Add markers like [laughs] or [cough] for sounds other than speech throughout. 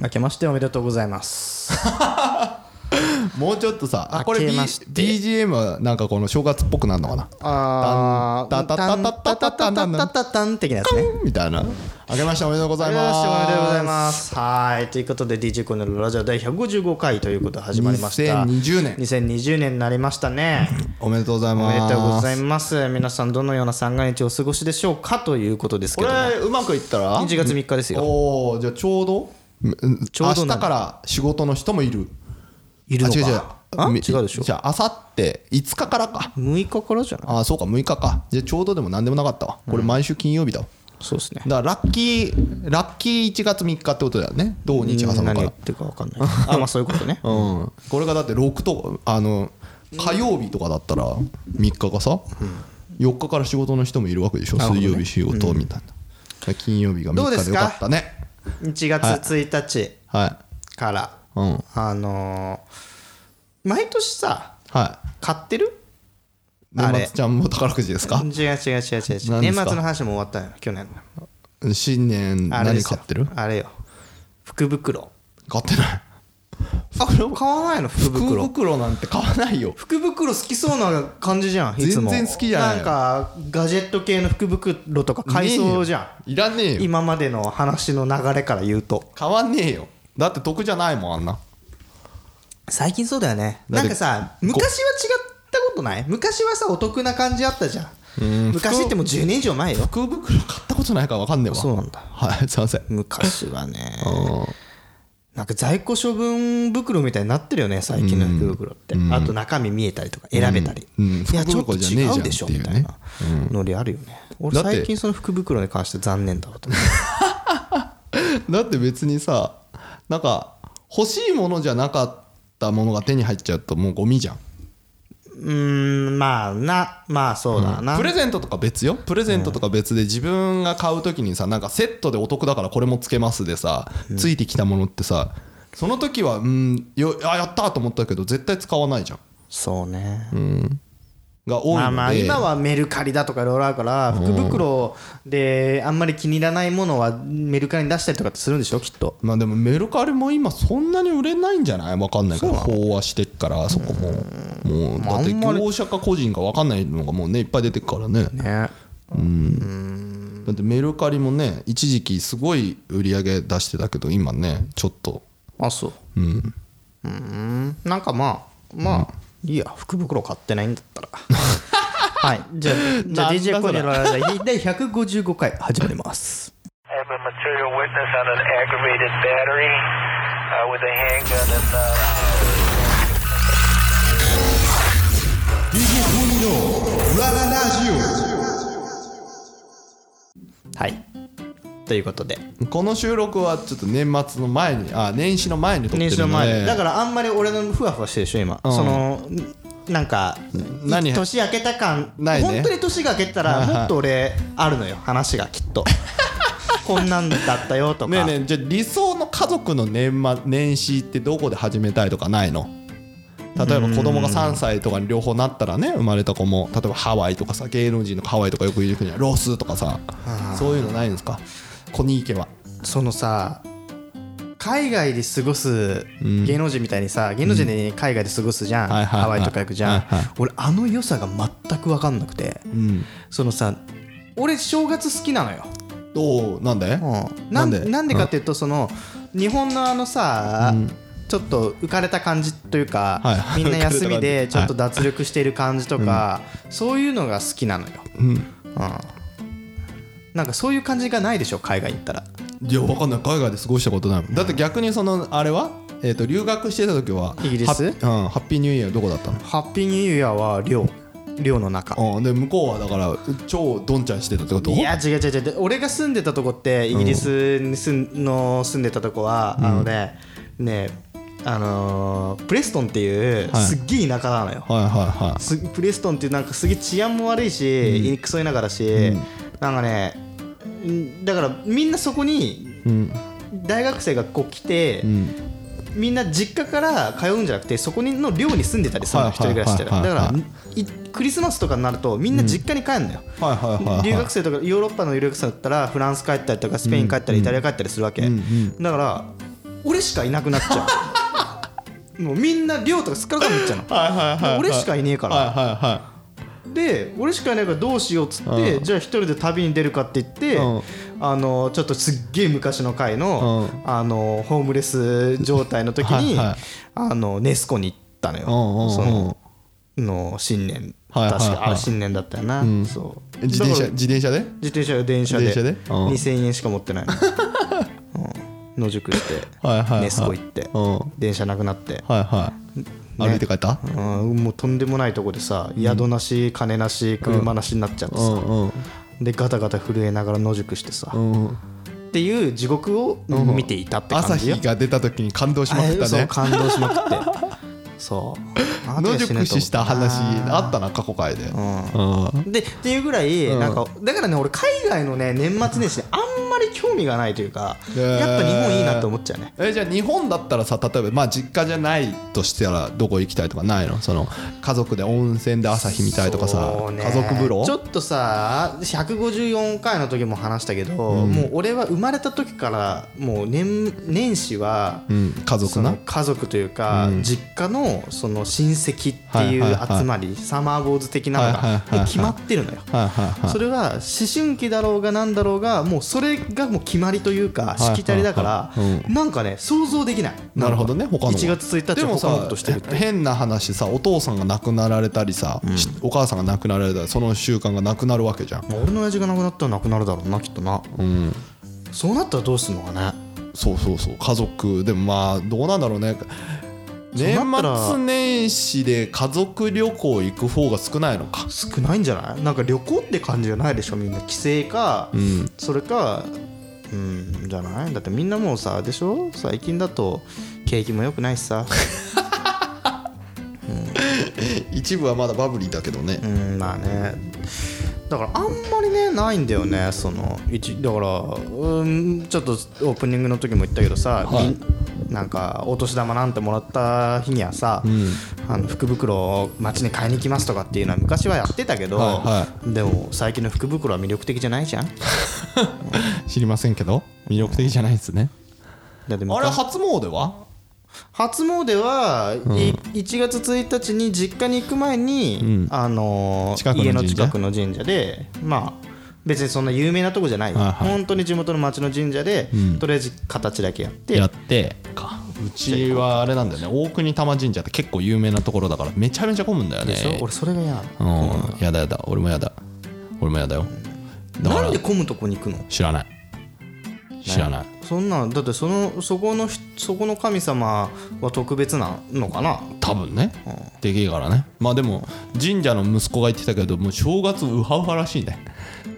明けましておめでとうございます。もうちょっとさあこれ、明 B、けまして BGM はなんかこの正月っぽくなるのかなあタンタタタタタタタタタタン的なやつね。みたいな明けましておめでとうござい明けまましてすおめでとうございます。はい。ということで DJ コネのラジオ第155回ということで始まりました。 2020年2020年になりましたね。おめでとうございおめまですとうございます。皆さんどのような三が日をお過ごしでしょうかということですけこども。れうまくいったら1月3日ですよ。おおじゃあちょうどちょうどな明日んだから仕事の人もいるいるのあ違う違うか。あ違みうでしょ。じゃああさって5日からか6日からじゃないああそうか6日かじゃあちょうどでも何でもなかったわこれ毎週金曜日だわそうですね。だからラッキーラッキー1月3日ってことだよね同日挟うんむ何か言らってるか分かんない。あ、まあそういうことね。うん、これがだって6とあの火曜日とかだったら3日がさ、4日から仕事の人もいるわけでしょ、るほど水ね曜日仕事みたいな、金曜日がどう3で日すでよかかったね1月1日はいから。うんはいあのー毎年さ買ってるあ年れ末ちゃんも宝くじです違かう違う違う違う違う年末何ですかの話も終わったよ去年の新年あれで何す買よってるあれよ福袋買ってない [laughs] あ買わないの福福袋袋なんて買わないよ福袋好きそうな感じじゃんいつも全然好きじゃないなんかガジェット系の福袋とか買いそうじゃんいらねえんよ今までの話の流れから言うと買わねえよだって得じゃないもんあんな最近そうだよねだなってんかさ昔は違ったことない昔はさお得な感じあったじゃん昔ってもう10年以上前よ福袋買ったことないから分かんねえわそうなんだはいすいません昔はねうんなんか在庫処分袋みたいになってるよね最近の福袋って、あと中身見えたりとか選べたり、うんうんいやちょっと福袋じゃねえ違じゃんうでしょっていみうねたいなノリあるよね俺だって最近その福袋に関して残念だわと思だって別にさなんか欲しいものじゃなかったものが手に入っちゃうともうゴミじゃんううーんまあなまあそうだな、プレゼントとか別よプレゼントとか別で自分が買う時にさなんかセットでお得だからこれもつけますでさついてきたものってさその時はうんよあやったと思ったけど絶対使わないじゃんそうね、が多いまのであまあ今はメルカリだとかいろいろあるから福袋であんまり気に入らないものはメルカリに出したりとかってするんでしょきっとまあでもメルカリも今そんなに売れないんじゃないわかんないから飽和してっからそこももうだって業者か個人かわかんないのがもうねいっぱい出てくからねねだってメルカリもね一時期すごい売り上げ出してたけど今ねちょっとあそううんうんなんかまあまあ、いいや福袋買ってないんだ [laughs] ったらはいじゃあじゃあ DJ なんだそれコネのラジオ第155回始まります I have a material witness on an aggravated battery uh, with a handgun and. Uh DJ コニの裏ラジオはいということでこの収録はちょっと年末の前にあ年始の前に撮ってる年ので始の前にだからあんまり俺のふわふわしてるでしょ今、そのなんか何年明けた感ないね本当に年が明けたはらいはいもっと俺あるのよ話がきっ [laughs] とこんなんだったよとかねえねえじゃあ理想の家族の年末年始ってどこで始めたいとかないの例えば子供が3歳とかに両方なったらね生まれた子も例えばハワイとかさ芸能人のハワイとかよく言う国はロスとかさそういうのないんですかコニー家はそのさ海外で過ごす芸能人みたいにさ、芸能人で海外で過ごすじゃん、はいはいはいハワイとか行くじゃん、はいはい俺あの良さが全く分かんなくて、うんそのさ俺正月好きなのよ、どうなんで、うん、ななんんででなんでかっていうとその日本のあのさ、ちょっと浮かれた感じというか、はいみんな休みで浮ちょかれた感じっと脱力している感じとか、そういうのが好きなのよ、うんなんかそういう感じがないでしょ海外行ったらいや分かんない海外で過ごしたことないもんだって逆にそのあれは、えー、と留学してた時はイギリスハッ,、うん、ハッピーニューイヤーはどこだったのハッピーニューイヤーは寮寮の中うん、で向こうはだから超どんちゃんしてたってこといや違う違う違うで俺が住んでたとこってイギリスに住んの住んでたとこは、あのねねあのープレストンっていうはいすっげえ田舎なのよ、はいはいはいすプレストンっていうなんかすげえ治安も悪いし、クソいながらし、なんかねんだからみんなそこにうん大学生がこう来て、うんみんな実家から通うんじゃなくてそこの寮に住んでたりするのはい一人暮らししてるはだいかはいはいらいクリスマスとかになるとみんな実家に帰るのよ、はいはいはいはい [laughs] 留学生とかヨーロッパの留学生だったらフランス帰ったりとかスペイン帰ったりイタリア帰ったりするわけ、だから俺しかいなくなっちゃ [laughs] うもうみんな量とかすっからかんになっちゃうのはいはいはいはい俺しかいねえからはいはで俺しかいないからどうしようっつって、うんじゃあ一人で旅に出るかって言って、うんあのちょっとすっげえ昔の回の,、うあのホームレス状態の時にはいはいあのネスコに行ったのよ、うんうんうんそのの新年はいはい確はいか、あれ新年だったよな、んそうい自転だ車から自転車で自転車電車で自転車でうん2000円しか持ってないの、うん、野宿してはいはいはいネスコ行って、うん電車なくなって、はいはい歩いて帰ったうん、もうとんでもないとこでさ宿なし金なし車なしになっちゃってうさ、んうんでガタガタ震えながら野宿してさ、うっんうんていう地獄を見ていたって朝感じよ、日が出た時に感動しまくっあたそうね感動しまくって [laughs] そう野宿死した話あったなな過去回でうんでっていうぐらい、んなんかだからね俺海外のね年末年始ねあんまり興味がないというか、へーやっぱ日本いいなって思っちゃうねえじゃあ日本だったらさ例えばまあ実家じゃないとしたらどこ行きたいとかないのその家族で温泉で朝日見たいとかさそうね家族風呂ちょっとさ154回の時も話したけど、もう俺は生まれた時からもう年年始は、うん家族そなの家族というか、実家のその親戚っていうはいはいはい集まり、サマーボーズ的なのはいはいはいがはい決まってるのよ。はいはいはいそれは思春期だろうがなんだろうがもうそれがもう決まりというかいはいしきたりだからうなんかね想像できないなるほどねなんか他の1月1日ではも他のこさとしてるって変な話さお父さんが亡くなられたりさ、しお母さんが亡くなられたりその習慣がなくなるわけじゃん、俺の親父が亡くなったら亡くなるだろうなきっとなうん、そうなったらどうすんのかねそうそうそう家族でもまあどうなんだろうね年そうなったら末年始で家族旅行行く方が少ないのか少ないんじゃないなんか旅行って感じじゃないでしょみんな帰省か、んそれかうんじゃないだってみんなもうさでしょ最近だと景気も良くないしさ一部はまだバブリーだけどねうんまあねだからあんまりねないんだよねその一だからうんちょっとオープニングの時も言ったけどさ、はいみんなんかお年玉なんてもらった日にはさ、あの福袋を街に買いに行きますとかっていうのは昔はやってたけど、はでも最近の福袋は魅力的じゃないじゃん知りませんけど魅力的じゃないですねだってあ昔れ初詣は初詣は、い1月1日に実家に行く前に、んあのー近くの家の神社近くの神社でまあ別にそんな有名なとこじゃないよ、はいはい本当に地元の町の神社で、んとりあえず形だけやってやってかうちはあれなんだよね大国玉神社って結構有名なところだからめちゃめちゃ混むんだよねでしょ俺それが嫌なのうん、やだやだ俺もやだ俺もやだよだかならんで混むとこに行くの知らない知らないそんなんだってそのそこのひそこの神様は特別なのかな多分ねでけえからねまあでも神社の息子が言ってたけどもう正月ウハウハらしいね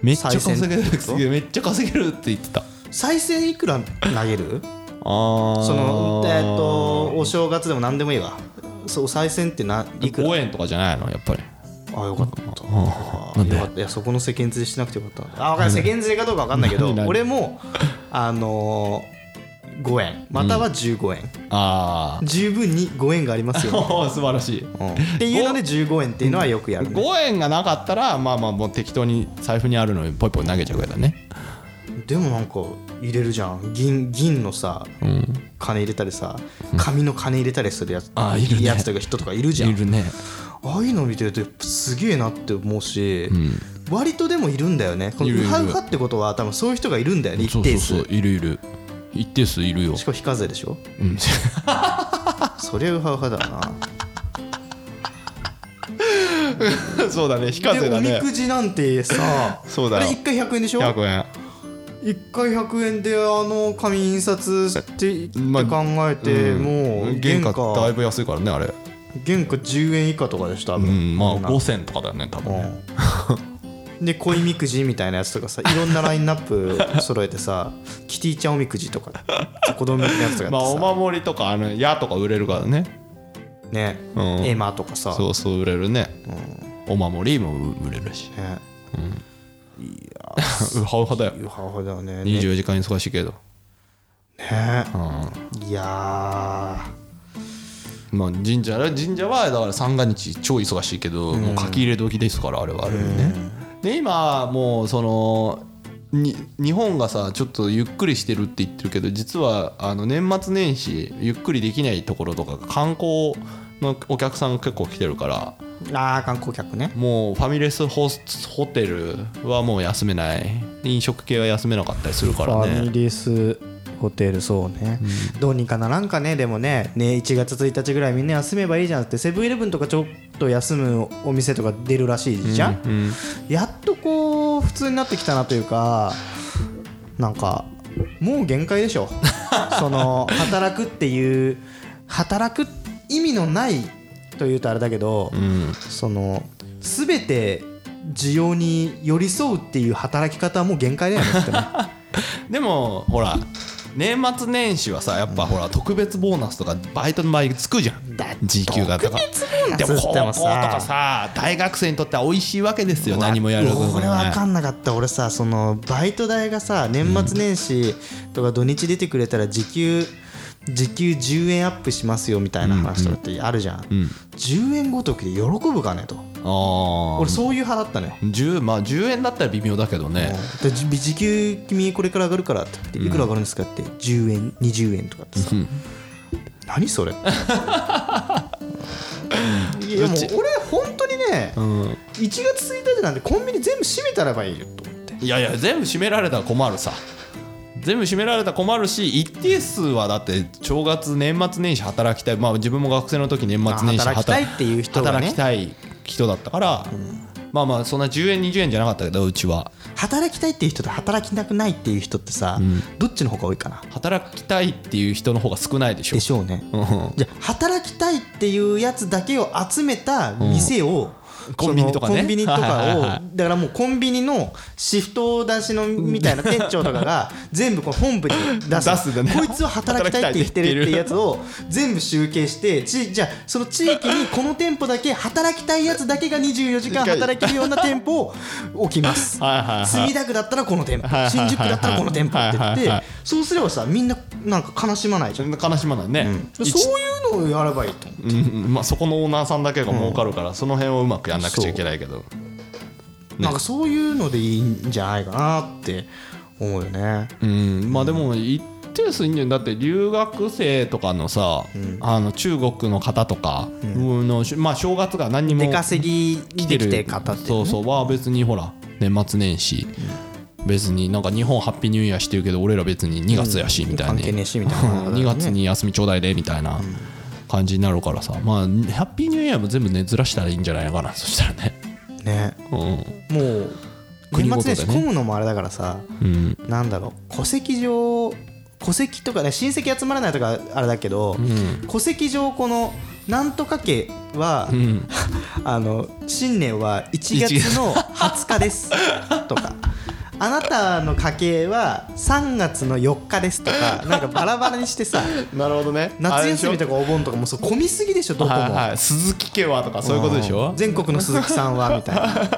めっちゃ稼げ賽銭ってことるめっちゃ稼げるって言ってた再生いくら投げるあそのえーっととお正月でも何でもいいわそう再生ってないくら5円とかじゃないのやっぱりあよかったうんなんでよかったいやそこの世間連れしなくてよかったなあ分かる世間連れかどうか分かんないけど何何俺もあのー、5円または15円、ああ十分に5円がありますよ、 [laughs] 素晴らしいうんっていうので15円っていうのはよくやる、 5ね、円がなかったらまあまあもう適当に財布にあるのにポイポイ投げちゃうからねでもなんか入れるじゃん銀銀のさ、金入れたりさ紙の金入れたりするやつ,、あいるねやつとか人とかいるじゃんいるねああいうの見てるとすげえなって思うし、割とでもいるんだよねこのいるいるウハウハってことは多分そういう人がいるんだよね一そう定そう数そういるいる一定数いるよしかも非課税でしょうんそりゃウハウハだな [laughs] そうだね、非 [laughs] 課税だでねおみ。くじなんてさ [laughs] そうだあよれ1回100円でしょ100円。 1回100円であの紙印刷してってまあ考えて、うんもう原価原価だいぶ安いからね、あれ。原価10円以下とかでした多う分、ん、まあみんな5銭とかだよね、多分ね。うんで恋みくじみたいなやつとかさいろんなラインナ [laughs] ップ揃えてさキティちゃんおみくじとか子供向けのやつとかやってさ、 [laughs] まあお守りとか、あの矢とか売れるからね。ね、うんエマとかさそうそう、売れるね。お守りも売れ [laughs] るし。ね [laughs] ウハウハだよ。ウハウハだよねね24時間忙しいけど。ねうんいやまあ神社神社はだから三が日超忙しいけど、もう書き入れ時ですからあれはあれでね、で今もうそのに日本がさちょっとゆっくりしてるって言ってるけど実はあの年末年始ゆっくりできないところとか観光のお客さんが結構来てるからああ観光客ねもうファミレスホスホテルはもう休めない飲食系は休めなかったりするからファミねレスホテルそうね、どうにかならんかねでもねね1月1日ぐらいみんな休めばいいじゃんってセブンイレブンとかちょっと休むお店とか出るらしいじゃん、うんやっとこう普通になってきたなというかなんかもう限界でし [laughs] ょその働くっていう働く意味のないというとあれだけど、うんその全て需要に寄り添うっていう働き方はもう限界だよね [laughs] ってねでもほら年末年始はさやっぱほら特別ボーナスとかバイトの前につくじゃんだって時給が高いナスでもっ高ても校とさかさ大学生にとっては美味しいわけですよ何もやること俺は分かねんなかった俺さそのバイト代がさ年末年始とか土日出てくれたら時給時給10円アップしますよみたいな話とかってあるじゃん、うん10円ごときで喜ぶかねとああ俺そういう派だったのよ10まあ10円だったら微妙だけどねでじ時給君これから上がるからって言っていくら上がるんですかって10円20円とかってさ、何それいやでもう俺本当にね、うん1月1日なんてコンビニ全部閉めたらばいいよと思っていやいや全部閉められたら困るさ全部閉められたら困るし一定数はだって正月年末年始働きたいまあ自分も学生の時年末年始まあ働きたいっていう人がね働きたい人だったから、まあまあそんな10円20円じゃなかったけどうちは働きたいっていう人と働きたくないっていう人ってさ、どっちの方が多いかな働きたいっていう人の方が少ないでしょでしょうね、うんじゃあ働きたいっていうやつだけを集めた店を、コンビニとかねそのコンビニとかを、はいはいはだからもうコンビニのシフト出しのみたいな店長とか [laughs] が全部こう本部に出す出すんだねこいつは働きたいって言ってるっていうやつを全部集計してちじゃあその地域にこの店舗だけ働きたいやつだけが24時間働けるような店舗 [laughs] を置きますはいはいはい墨田区だったらこの店舗はいはいは新い宿区だったらこの店舗って言っはいはいはていそうすればさみんななんか悲しまないじゃんそんな悲しまないね、そう一いうのをやればいいと思ううんうんまあ、そこのオーナーさんだけが儲かるから、その辺をうまくやんなくちゃいけないけどなんかそういうのでいいんじゃないかなって思うよねうんまあでも一定数いんじゃんだって留学生とかのさ、あの中国の方とかの、しまあ、正月が何にも出稼ぎ来できてる方ってねそうそうは別にほら年末年始、別になんか日本ハッピーニューイヤーしてるけど俺ら別に2月やしみたいな、関係ねえしみたいな [laughs] 2月に休みちょうだいでみたいな感じになるからさまあハッピーニューイヤーも全部ねずらしたらいいんじゃないのかなそしたらねねうもう国年ごとで末年始ね混むのもあれだからさん、うん、なんだろう戸籍上戸籍とかね親戚集まらないとかあれだけどん戸籍上このなんとか家はんあの新年は1月の20日 [laughs] ですとか。あなたの家系は3月の4日ですとかなんかバラバラにして [laughs] さなるほどね夏休みとかお盆とかもうそう混みすぎでしょどこも、はいはい、鈴木家はとかそういうことでしょ全国の鈴木さんはみたいな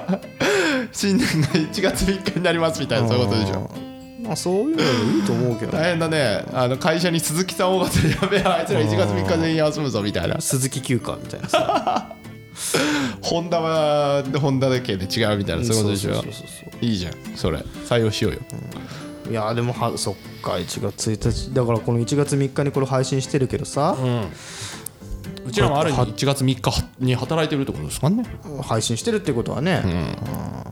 新年が1月3日になりますみたいな [laughs] そういうことでしょうんまあそういうのでいいと思うけどね大変だねあの会社に鈴木さん大型やべえあいつら1月3日全員休むぞみたいな鈴木休暇み [laughs] たいなさホンダはホンダだけで違うみたいなそういうことでしそょうそうそうそういいじゃんそれ採用しようよいやでもはそっか1月1日だからこの1月3日にこれ配信してるけどさ、うちらもある意味1月3日に働いてるってことですかね配信してるってことはね、うん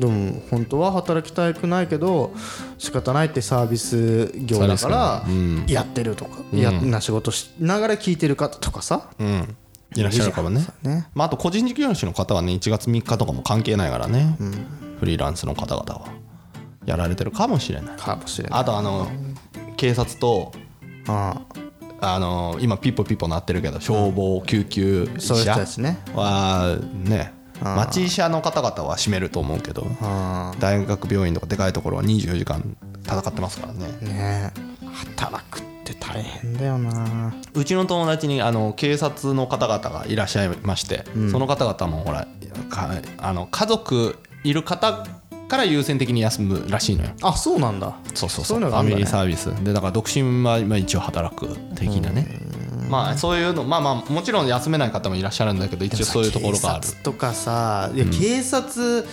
でも本当は働きたくないけど仕方ないってサービス業だからやってるとか、やな仕事しながら聞いてる方とかさ、うんいらっしゃるかもねねまあ、あと個人事業主の方はね1月3日とかも関係ないからね、フリーランスの方々はやられてるかもしれないかもしれないあとあの警察とああの今ピッポピッポなってるけど消防救急医そういう人者たちねはね町医者の方々は閉めると思うけどあ大学病院とかでかいところは24時間戦ってますからねあねえ働くって大変だよなうちの友達にあの警察の方々がいらっしゃいまして、その方々もほらかあの家族いる方から優先的に休むらしいのよあそうなんだそうそそうそうういうのフがあァんだミねリーサービスでだから独身はまあ一応働く的なねまあそういうのまあまあもちろん休めない方もいらっしゃるんだけど一応そういうところがある警察とかさいや警察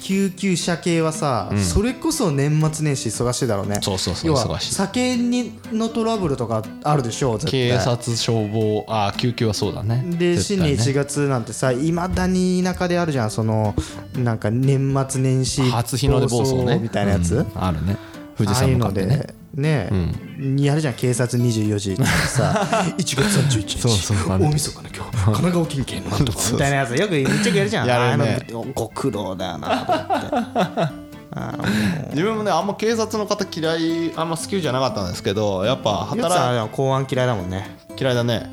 救急車系はさ、それこそ年末年始忙しいだろうねそうそうそう要忙はしい酒にのトラブルとかあるでしょ絶対警察消防あー救急はそうだねで絶新対年ね1月なんてさいまだに田舎であるじゃんそのなんか年末年始初日の出暴走ねみたいなやつ、うんあるね富士ああい山う向かのってでねねやるじゃん警察24時とかさ [laughs] 1月31日そうそうある大晦日の今日神奈川県警のなんとかみたいなやつよくめっちゃやるじゃんやるねあのご苦労だよなと思ってあーも自分もねあんま警察の方嫌いあんま好きじゃなかったんですけどやっぱうやつは働でも公安嫌いだもんねい嫌いだね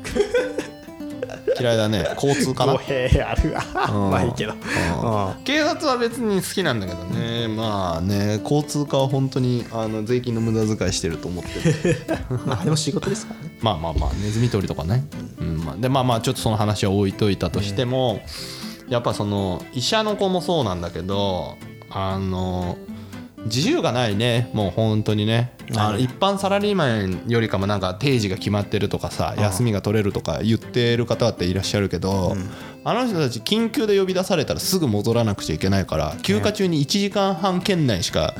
嫌いだね交通かな公平あるわまあいいけどうん警察は別に好きなんだけどねまあね交通課は本当にあの税金の無駄遣いしてると思ってるまあでも仕事ですからねまあまあまあネズミ捕りとかね、うんまあ、でまあまあちょっとその話は置いといたとしても、やっぱその医者の子もそうなんだけどあの自由がないねもう本当にねあの一般サラリーマンよりかもなんか定時が決まってるとかさ休みが取れるとか言ってる方っていらっしゃるけど、あの人たち緊急で呼び出されたらすぐ戻らなくちゃいけないから休暇中に1時間半圏内しか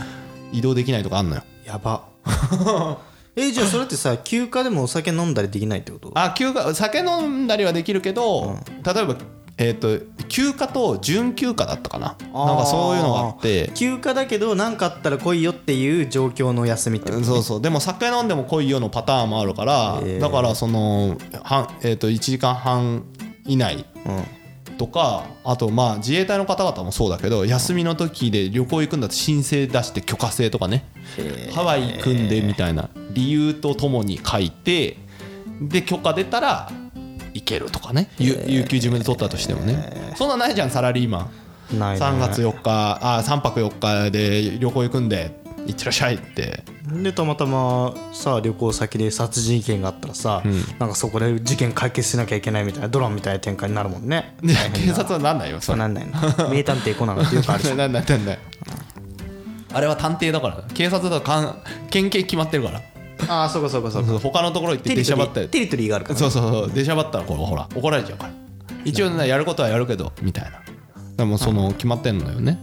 移動できないとかあんのよ。やば [laughs] えじゃあそれってさ休暇でもお酒飲んだりできないってことあ休暇酒飲んだりはできるけど、例えば、えー、と休暇と準休暇だったかななんかそういうのがあって休暇だけど何かあったら来いよっていう状況の休みってことそうそうでも酒飲んでも来いよのパターンもあるから、へーだからそのは、えー、と1時間半以内うんとかあとまあ自衛隊の方々もそうだけど休みの時で旅行行くんだって申請出して許可制とかねハワイ行くんでみたいな理由とともに書いてで許可出たら行けるとかね有有給自分で取ったとしてもねそんなないじゃんサラリーマンないな3月4日あ3泊4日で旅行行くんで行ってらっしゃいってでたまたまさ旅行先で殺人事件があったらさ、なんかそこで事件解決しなきゃいけないみたいなドラマみたいな展開になるもんねで警察はなんないよそれなんないの名探偵コナンがってよくあるじゃ [laughs] んなんないなんないあれは探偵だから警察だとかん県警決まってるからああそうかそうかそうかそう他のところ行っテて出リしゃトリばったーりテリトリーがあるからそうそうそう出しゃばったらこうほら怒られちゃうから一応ねやることはやるけどみたいなだからもうその決まってんのよね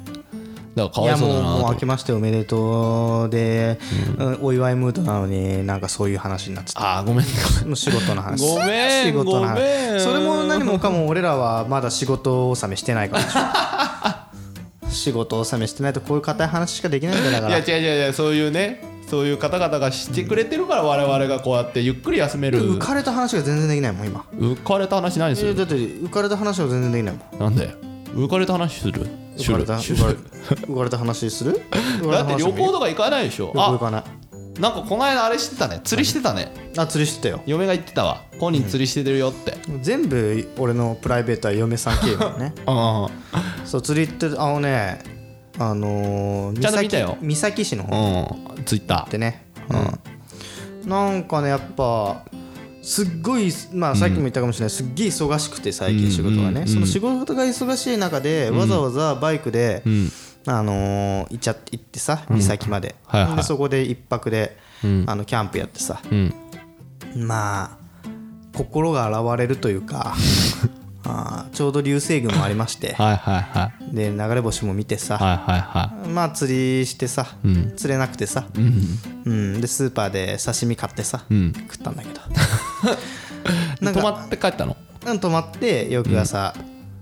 だからかいわやいそうもだうなもうと明けましておめでとうで、うんお祝いムードなのになんかそういう話になっちゃったああごめんもう仕事の話ごめ仕ん事の話ごめんそれも何もかも俺らはまだ仕事納めしてないからでしょ仕事納めしてないとこういう硬い話しかできないんだよだか [laughs] いやら違う違う違うそういうねそういう方々がしてくれてるから我々がこうやってゆっくり休める浮かれた話が全然できないもん今浮かれた話何すいやるだって浮かれた話が全然できないもんなんだよ浮かれた話する浮かれたシ浮ュルかれシュル浮かれた話する浮かれだたって話旅もいい行とか行かないでしょ旅行行あかないなんかこの間あれしてたね釣りしてたねあ釣りしてたよ嫁が言ってたわ本人釣りしてるよって全部俺のプライベートは嫁さん経由だねあそう釣り行ってあのねあのー、ちゃんと見三たよ崎三崎市の方あうんツイッタっーてね、うんなんかねやっぱすっごい、まあ、さっきも言ったかもしれない、すっげえ忙しくて最近仕事がね、うんうんうんその仕事が忙しい中で、わざわざバイクで、んあのー行っちゃ行ってさ三崎まで,、はいはいでそこで一泊で、あのキャンプやってさ、うんまあ心が洗われるという [laughs] かあーちょうど流星群もありましてはいはいはいで流れ星も見てさ、はいはいはまあ釣りしてさ、釣れなくてさ、うんでスーパーで刺身買ってさ、ん食ったんだけど [laughs] い。なん泊かまって帰ったのうん泊まって翌朝、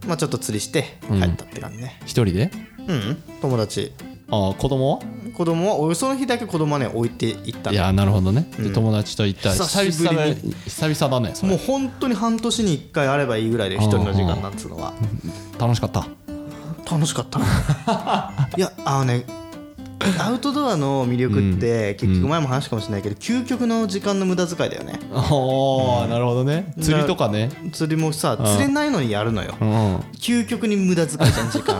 まあちょっと釣りして帰ったって感じね一人でうん、友達ああ子供は子供はおその日だけ子供はね置いていったいのやなるほどね、で友達と行った久しぶりに久々だ久々だねそれもう本当に半年に1回あればいいぐらいで一人の時間なんつうのは楽しかった楽しか [laughs] ったないやあのねアウトドアの魅力って結局前も話したかもしれないけど究極の時間の無駄遣いだよねああなるほどね釣りとかね釣りもさ釣れないのにやるのようん究極に無駄遣いじゃん時 [laughs] 間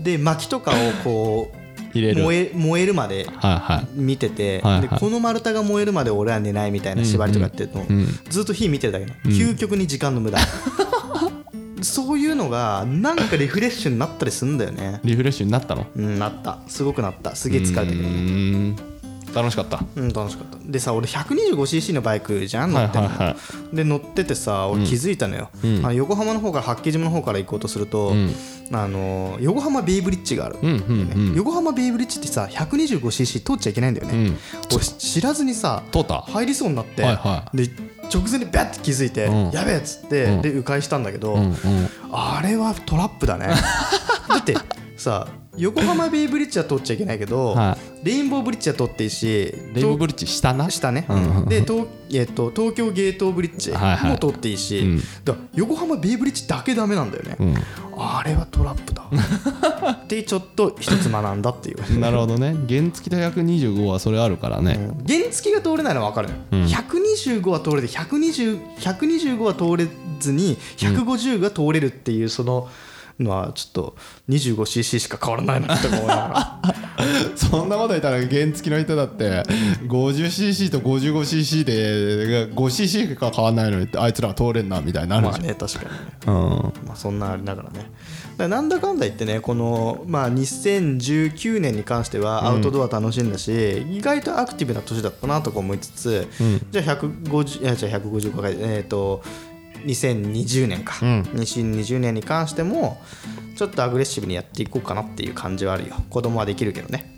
で薪とかをこう入れる燃え燃えるまではいはい見てて、はいはいでこの丸太が燃えるまで俺は寝ないみたいな縛りとかやってると、ずっと火見てるだけなの、究極に時間の無駄そういうのがなんかリフレッシュになったりするんだよねリフレッシュになったのうんなったすごくなったすげえ疲れたけどうーん楽しかったうん楽しかったでさ俺 125cc のバイクじゃん乗ってんの、はいはいはで乗っててさ俺気づいたのよ、あの横浜の方から八景島の方から行こうとすると、あの横浜ベイブリッジがある、横浜ベイブリッジってさ 125cc 通っちゃいけないんだよね、俺知らずにさ通った入りそうになって、はいはで直前にバッて気づいて、んやべえっつって、で迂回したんだけど、あれはトラップだ [laughs] ねだってさ横浜ベイブリッジは通っちゃいけないけど、はレインボーブリッジは通っていいしレインボーブリッジ下な下ね、うんで東,、えっと東京ゲートブリッジはいはいも通っていいし、うんだから横浜ベイブリッジだけダメなんだよね、うんあれはトラップ [laughs] だってちょっと一つ学んだっていうなるほどね原付き125はそれあるからね、原付が通れないのは分かるのよ、125は通れて120 125は通れずに150が通れるっていうそののはちょっと 25cc しか変わらないなって思いながらそんなこと言ったら原付きの人だって 50cc と 55cc で 5cc か変わんないのにあいつらは通れんなみたいになるまあじゃん、ね確かにねうん [laughs] まあ、そんなありながらねだからなんだかんだ言ってねこの、まあ、2019年に関してはアウトドア楽しんだし、意外とアクティブな年だったなとか思いつつ、じゃあ150いやじゃあ155回えっ、と2020年か、2020年に関してもちょっとアグレッシブにやっていこうかなっていう感じはあるよ子供はできるけどね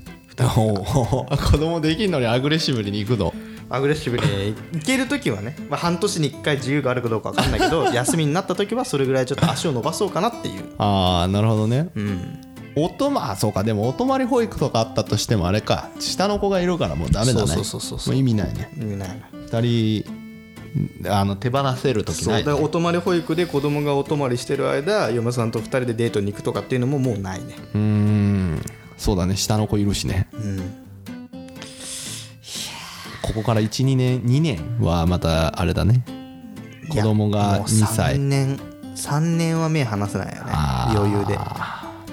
おお子供できんのにアグレッシブに行くのアグレッシブにいけるときはね、まあ、半年に1回自由があるかどうか分かんない [laughs] けど休みになったときはそれぐらいちょっと足を伸ばそうかなっていうああなるほどねうんおとまあそうかでもお泊まり保育とかあったとしてもあれか下の子がいるからもうダメだねそうそうそうそうもう意味ないね意味ないな2人あの手放せる時そうだない、かねら、お泊まり保育で子供がお泊まりしてる間嫁さんと2人でデートに行くとかっていうのももうないねうーんそうだね下の子いるしねうんここから12年2年はまたあれだね子供が2歳3年3年は目離せないよねあー余裕で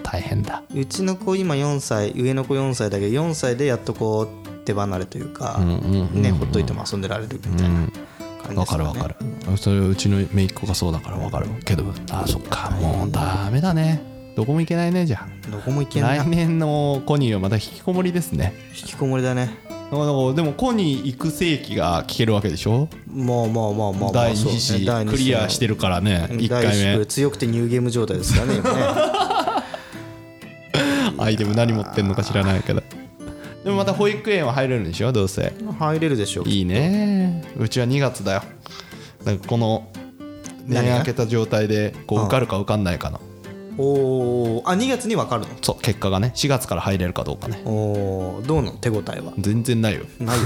大変だうちの子今4歳上の子4歳だけど4歳でやっとこう手離れというか、うんうんうんうんねほっといても遊んでられるみたいな感じですねわかるわかるそれうちの姪っ子がそうだからわかるけどあそっかもうダメだねどこも行けないねじゃあどこも行けない来引年のコニーはまた引きこもりですねきこもりだねなんかなんかでもコニー行く世紀が聞けるわけでしょもうもうもうもうもう第そう2ね第子二クリアしてるからねうん1第一回子強くてニューゲーム状態ですからね今ね目アイテム何持ってんのか知らないけどでもまた保育園は入れるんでしょどうせ [laughs] 入れるでしょういいねうちは2月だよなんかこの年何が明けた状態でこううん受かるか受かんないかのおおあ2月に分かるそう結果がね4月から入れるかどうかねのおおどうなの手応えは全然ないよないよ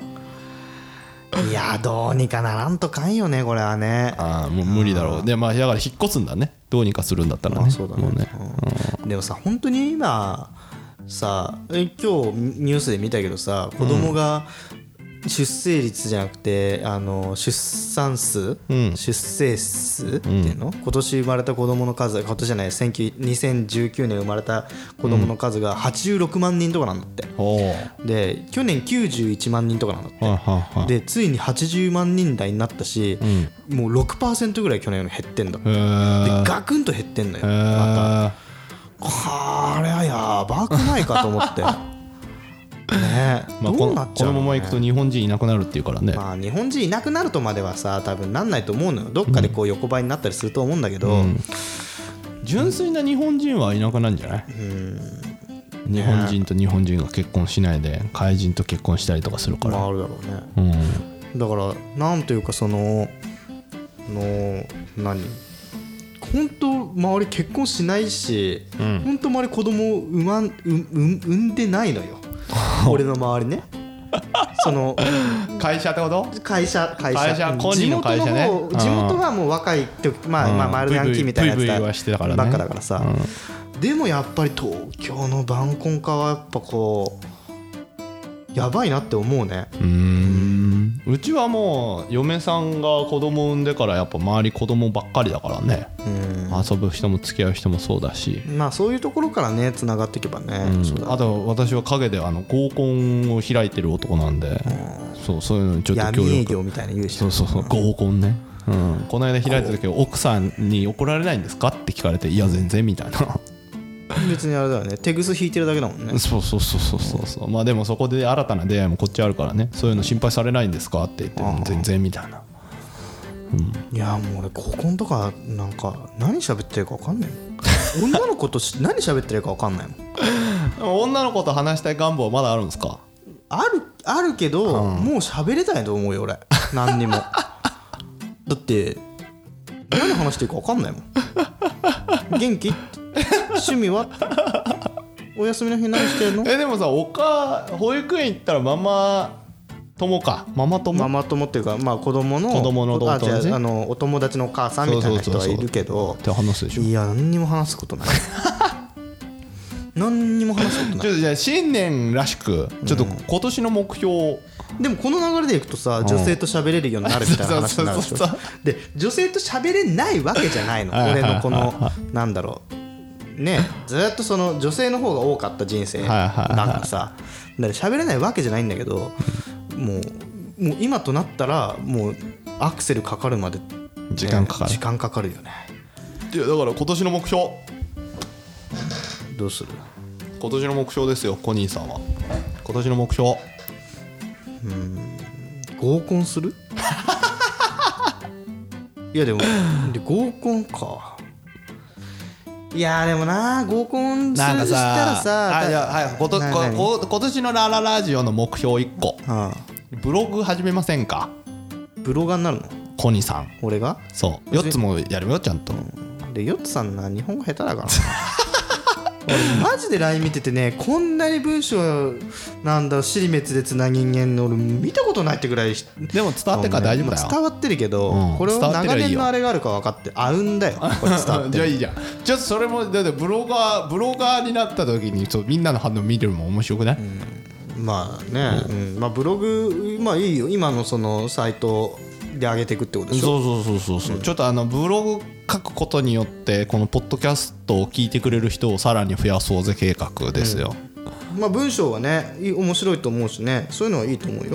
[laughs] ねいやどうにかならんとかんよねこれはねああもう無理だろうでまあだから引っ越すんだねどうにかするんだったらねあそうだねもうねうんでもさ本当に今さえ今日ニュースで見たけどさ子供が出生率じゃなくてあの出産数、うん出生数っていうの、今年生まれた子供の数今年じゃない19 2019年生まれた子供の数が86万人とかなんだって、おおはいで去年91万人とかなんだって、はいはいでついに80万人台になったし、もう6%ぐらい去年より減ってんだってへでーガクンと減ってんのよへまーたこれはやばくないかと思 [laughs] ってねえまどあ、こうのなっちゃうこののままね行くと日本人いなくなるっていうからね、まあ、日本人いなくなるとまではさ多分なんないと思うのよどっかでこう横ばいになったりすると思うんだけど、純粋な日本人はいなくなるんじゃない、日本人と日本人が結婚しないで怪人と結婚したりとかするから、まああるだろうねうん、だからなんというかそのの何本当周り結婚しないし、本当周り子供を産まん産産産んでないの [laughs] よ俺の周りねその会社ってこと会社会社会社個人の会社ね地元の方地元はもう若い時まあ、うんまあ丸でヤンキーみたいなブイブイやブイブイはつしてたからねばっかだからさ、でもやっぱり東京の晩婚化はやっぱこうやばいなって思うねうーんうちはもう嫁さんが子供産んでからやっぱ周り子供ばっかりだからね、遊ぶ人も付き合う人もそうだし、まあそういうところからねつながっていけばね、そうだあと私は陰であの合コンを開いてる男なんで、そうそういうのにちょっと協闇営力業みたいな言うしそうそうそう合コンね、うん、この間開いた時奥さんに怒られないんですかって聞かれていや全然みたいな別にあれだよね手ぐす引いてるだけだもんねそうそうそうそうそうそうまあでもそこで新たな出会いもこっちあるからねそういうの心配されないんですかって言っても全然みたいないやもう俺合コンとかなんか何喋ってるか分かんないもん女の子とし [laughs] 何喋ってるか分かんないもん女の子と話したい願望はまだあるんですかあるあるけど、もう喋れないと思うよ俺何 [laughs] にもだって何話していいか分かんないもん元 [laughs] 気趣味はお休みの日何してるのえでもさおか保育園行ったらママ友かママ友ママ友っていうか、まあ、子供の子供のあ同じ等ゃねああのお友達のお母さんみたいな人そうがそうそういそうるけどって話すでしょいや何にも話すこと [laughs] ない何にも話すことなちいょっとじゃあ新年らしくちょっと今年の目標を、でもこの流れでいくとさ女性と喋れるようになるみたいな話になるでしょそうそうそうで女性と喋れないわけじゃないのはいはい俺はいのこのなんだろうねずっとその女性の方が多かった人生だはいはいはかいらさだから喋れないわけじゃないんだけどもうもう今となったらもうアクセルかかるまでね時間かかる時間かかるよねいやだから今年の目標どうする今年の目標ですよコニーさんは今年の目標合コンする [laughs] いやでもで合コンかいやでもな合コンするしたらさあたじゃあはいことな何ここ今年のラララジオの目標1個うんブログ始めませんかブロガーになるのコニーさん俺がそう4つもやるよちゃんとでヨッツさんな日本語下手 [laughs] だからな俺マジで LINE 見ててねこんなに文章なんだろう尻滅裂な人間の俺見たことないってぐらいしでも伝わってから大丈夫まだよあ伝わってるけど、うんこれ伝はわってりゃ長いいよ年のあれがあるか分かってあうんだよこれ伝わって [laughs] じゃあるいいじゃんちょっとそれもだってブロガーブロガーになった時にちょっとみんなの反応見るのも面白くない、まあね、うんまあ、ブログまあいいよ今のそのサイトで上げていくってことでしょそうそうそうそうそう、ちょっとあのブログ書くことによってこのポッドキャストを聞いてくれる人をさらに増やそうぜ計画ですよ、まあ文章はねいい面白いと思うしねそういうのはいいと思うよ、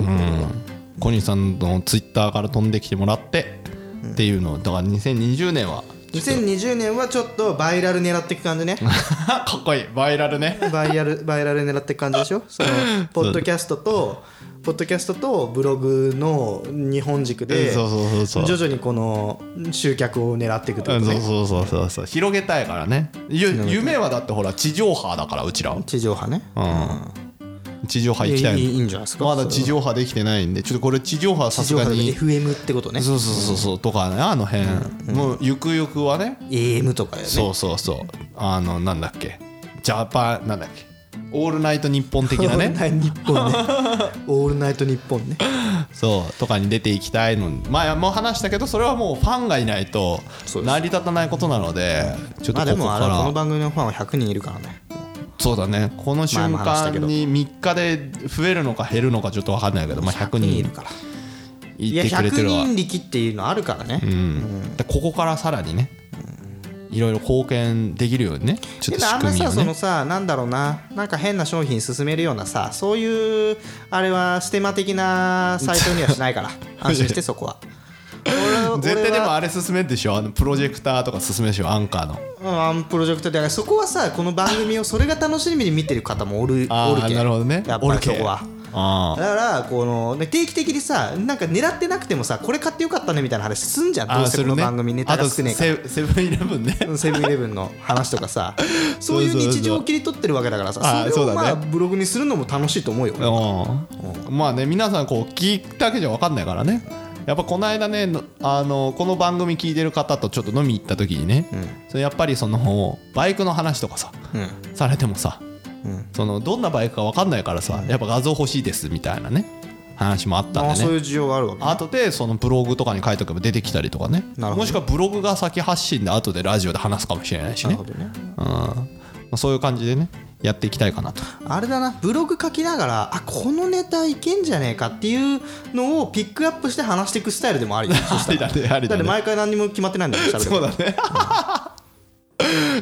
コニーさんのツイッターから飛んできてもらって、っていうのをだから2020年は [laughs] 2020年はちょっとバイラル狙っていく感じねかっこいいバイラルねバイラルバイラル狙っていく感じでしょ [laughs] そのポッドキャストとポッドキャストとブログの日本軸でそうそうそうそう徐々にこの集客を狙っていくってうこんとそうねそうそうそうそう広げたいからねゆ夢はだってほら地上波だからうちらは、地上波ねうん、地上波行きいやたいいのいいいんじゃないですかまだそれ地は上波できてないんでちょっとこれ地上波はさ地す上が波でに FM ってことねそうそうそうそうとかねあの辺、もうゆくゆくはね AM とかよねそうそうそうあのなんだっけジャパンなんだっけオールナイト日本的なオー [laughs] ルねナイト日本ねオールナイト日本ねそうとかに出ていきたいのまあもう話したけどそれはもうファンがいないとそうです成り立たないことなのでちょっまとあでここもあれこのから番組のファンは100人いるからねそうだねこの瞬前も話した間けどに3日で増えるのか減るのかちょっと分かんないけどまあ100人い人るからいいやってくれて100るわ人力っていうのあるからね、うんでここからさらにねいろいろ貢献できるようにねちょでっもとあ仕んま組みさをそねのさなんだろうななんか変な商品進めるようなさそういうあれはステマ的なサイトにはしないから安心してそこは俺は [laughs] 絶対で俺もはあれ進めるでしょあのプロジェクターとか進めるでしょアンカーのうんあんプロジェクトでそこはさこの番組をそれが楽しみに見てる方もおるあおるあけんなるほどねやっおぱるりけそこはあだからこのね定期的にさなんか狙ってなくてもさこれ買ってよかったねみたいな話すんじゃんあどうあせすこるのね番組ネタあがと少ねえかセブンセブンイレブンねらセブンイレブンの話とか [laughs] さそういう日常を切り取ってるわけだからさあそそうれだをねまあブログにするのも楽しいと思うようんまあね皆さんこう聞いただけじゃ分かんないからねやっぱこの間ねのあのこの番組聞いてる方とちょっと飲み行った時にね、それやっぱりそのバイクの話とかさ、うされてもさ、うんそのどんなバイクか分かんないからさ、やっぱ画像欲しいですみたいなね話もあったんああでねそういう需要があるわけね後でそのブログとかに書いとけば出てきたりとかねなるほどもしくはブログが先発信で後でラジオで話すかもしれないしなるねほどねうんまあそういう感じでねやっていきたいかなとあれだなブログ書きながらあこのネタいけんじゃねえかっていうのをピックアップして話していくスタイルでもあるよ [laughs] そしたらありだねありだだってね毎回何にも決まってないんだよ喋るそうだね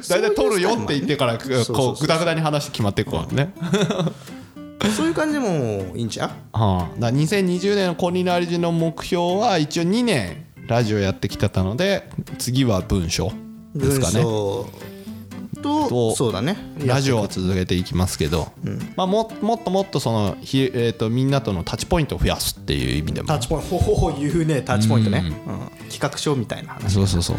大体取るよって言ってからそういうスタイルもあるねこうグダグダに話して決まっていくからねそういう感じでもいいんちゃううん、だから2020年のコニラジの目標は一応2年ラジオやってきてたので次は文章です文かね章ととそうだねラジオは続けていきますけど、まあ、ももっともっとそのひ、えー、とみんなとのタッチポイントを増やすっていう意味でもタッチポイント [laughs] ほほほ言うねタッチポイントね、うん企画書みたいな話そうそうそう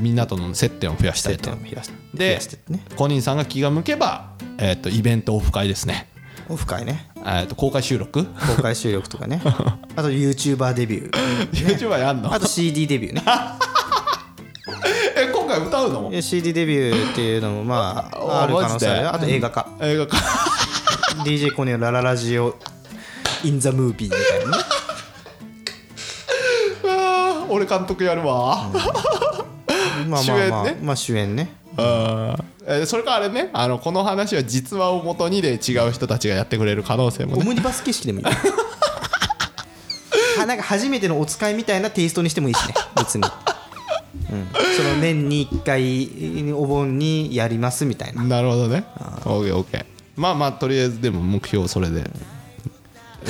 みんなとの接点を増やしたいと増やし増でやしてってねコニーさんが気が向けば、えー、とイベントオフ会ですね、オフ会ねえー、と公開収録 [laughs] 公開収録とかねあと YouTuber デビュー YouTube やんのあと CD デビューね [laughs] え今回歌うのえ CD デビューっていうのもまああある可能マジ性であるあと映画化映画か DJ コニーのラララジオインザムービーみたいなねあー俺監督やるわ、まあまあまあ主演ねまあ主演ねあーえーそれかあれねあのこの話は実話をもとにで違う人たちがやってくれる可能性もオねムニバス形式 [laughs] でもいいはなんか初めてのお使いみたいなテイストにしてもいい [laughs] しね別に、うん、その年に1回お盆にやりますみたいななるほどねオーケーオーケーまあまあとりあえずでも目標それで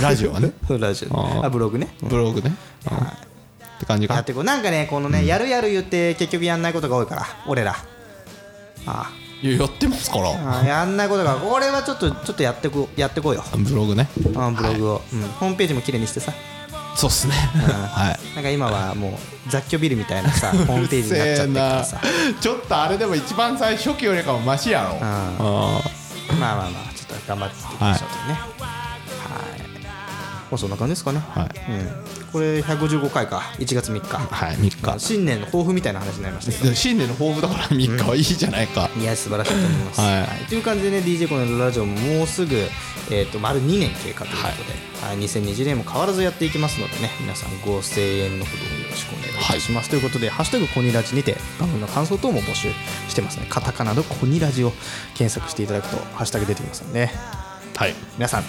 ラジオはねラジオああーブログねブログね、うんって感じやかっていこうなんかねこのね、やるやる言って結局やんないことが多いから俺らあいややってますからあああやんないことがこれはちょっとちょっとやってこやってこうよブログねあブログを、うん、ホームページも綺麗にしてさそうっすねはいなんか今はもう雑居ビルみたいなさホームページになっちゃってるからさ [laughs] うるせえなちょっとあれでも一番最初期よりかもマシやろあまあまあまあちょっと頑張っていきましょうというねはいまあそんな感じですかね、はいうん、これ155回か1月3日、ーはい3日新年の抱負みたいな話になりましたけどでも新年の抱負だから3日はいいじゃないか、いや素晴らしいと思います。はいという感じでね DJ コネのラジオももうすぐ、えー、と丸2年経過ということで、はい2020年も変わらずやっていきますのでね皆さんご声援のほどよろしくお願いいたします、ということで「ハッシュタグコニラジ」にて番組の感想等も募集してますねカタカナのコニラジを検索していただくとハッシュタグ出てきますので、ね、はい皆さん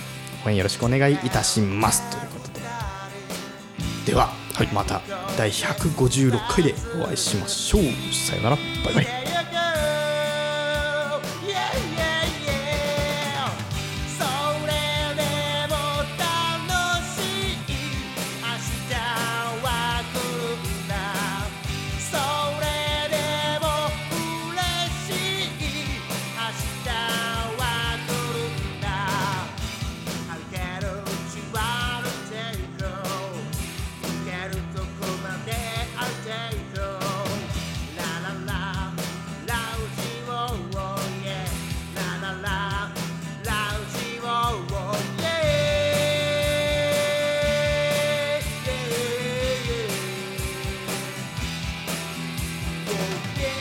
応援よろしくお願いいたしますということででは、また第156回でお会いしましょうさよならバイバイ Yeah, you go. Yeah, yeah, yeah. それでも楽しい明日は来るんだそれでも嬉しい明日は来るんだ歩ける縛る程度行けるとこまである程度ララララウジをおいえララララウジをおいえ Yeah, yeah, yeah.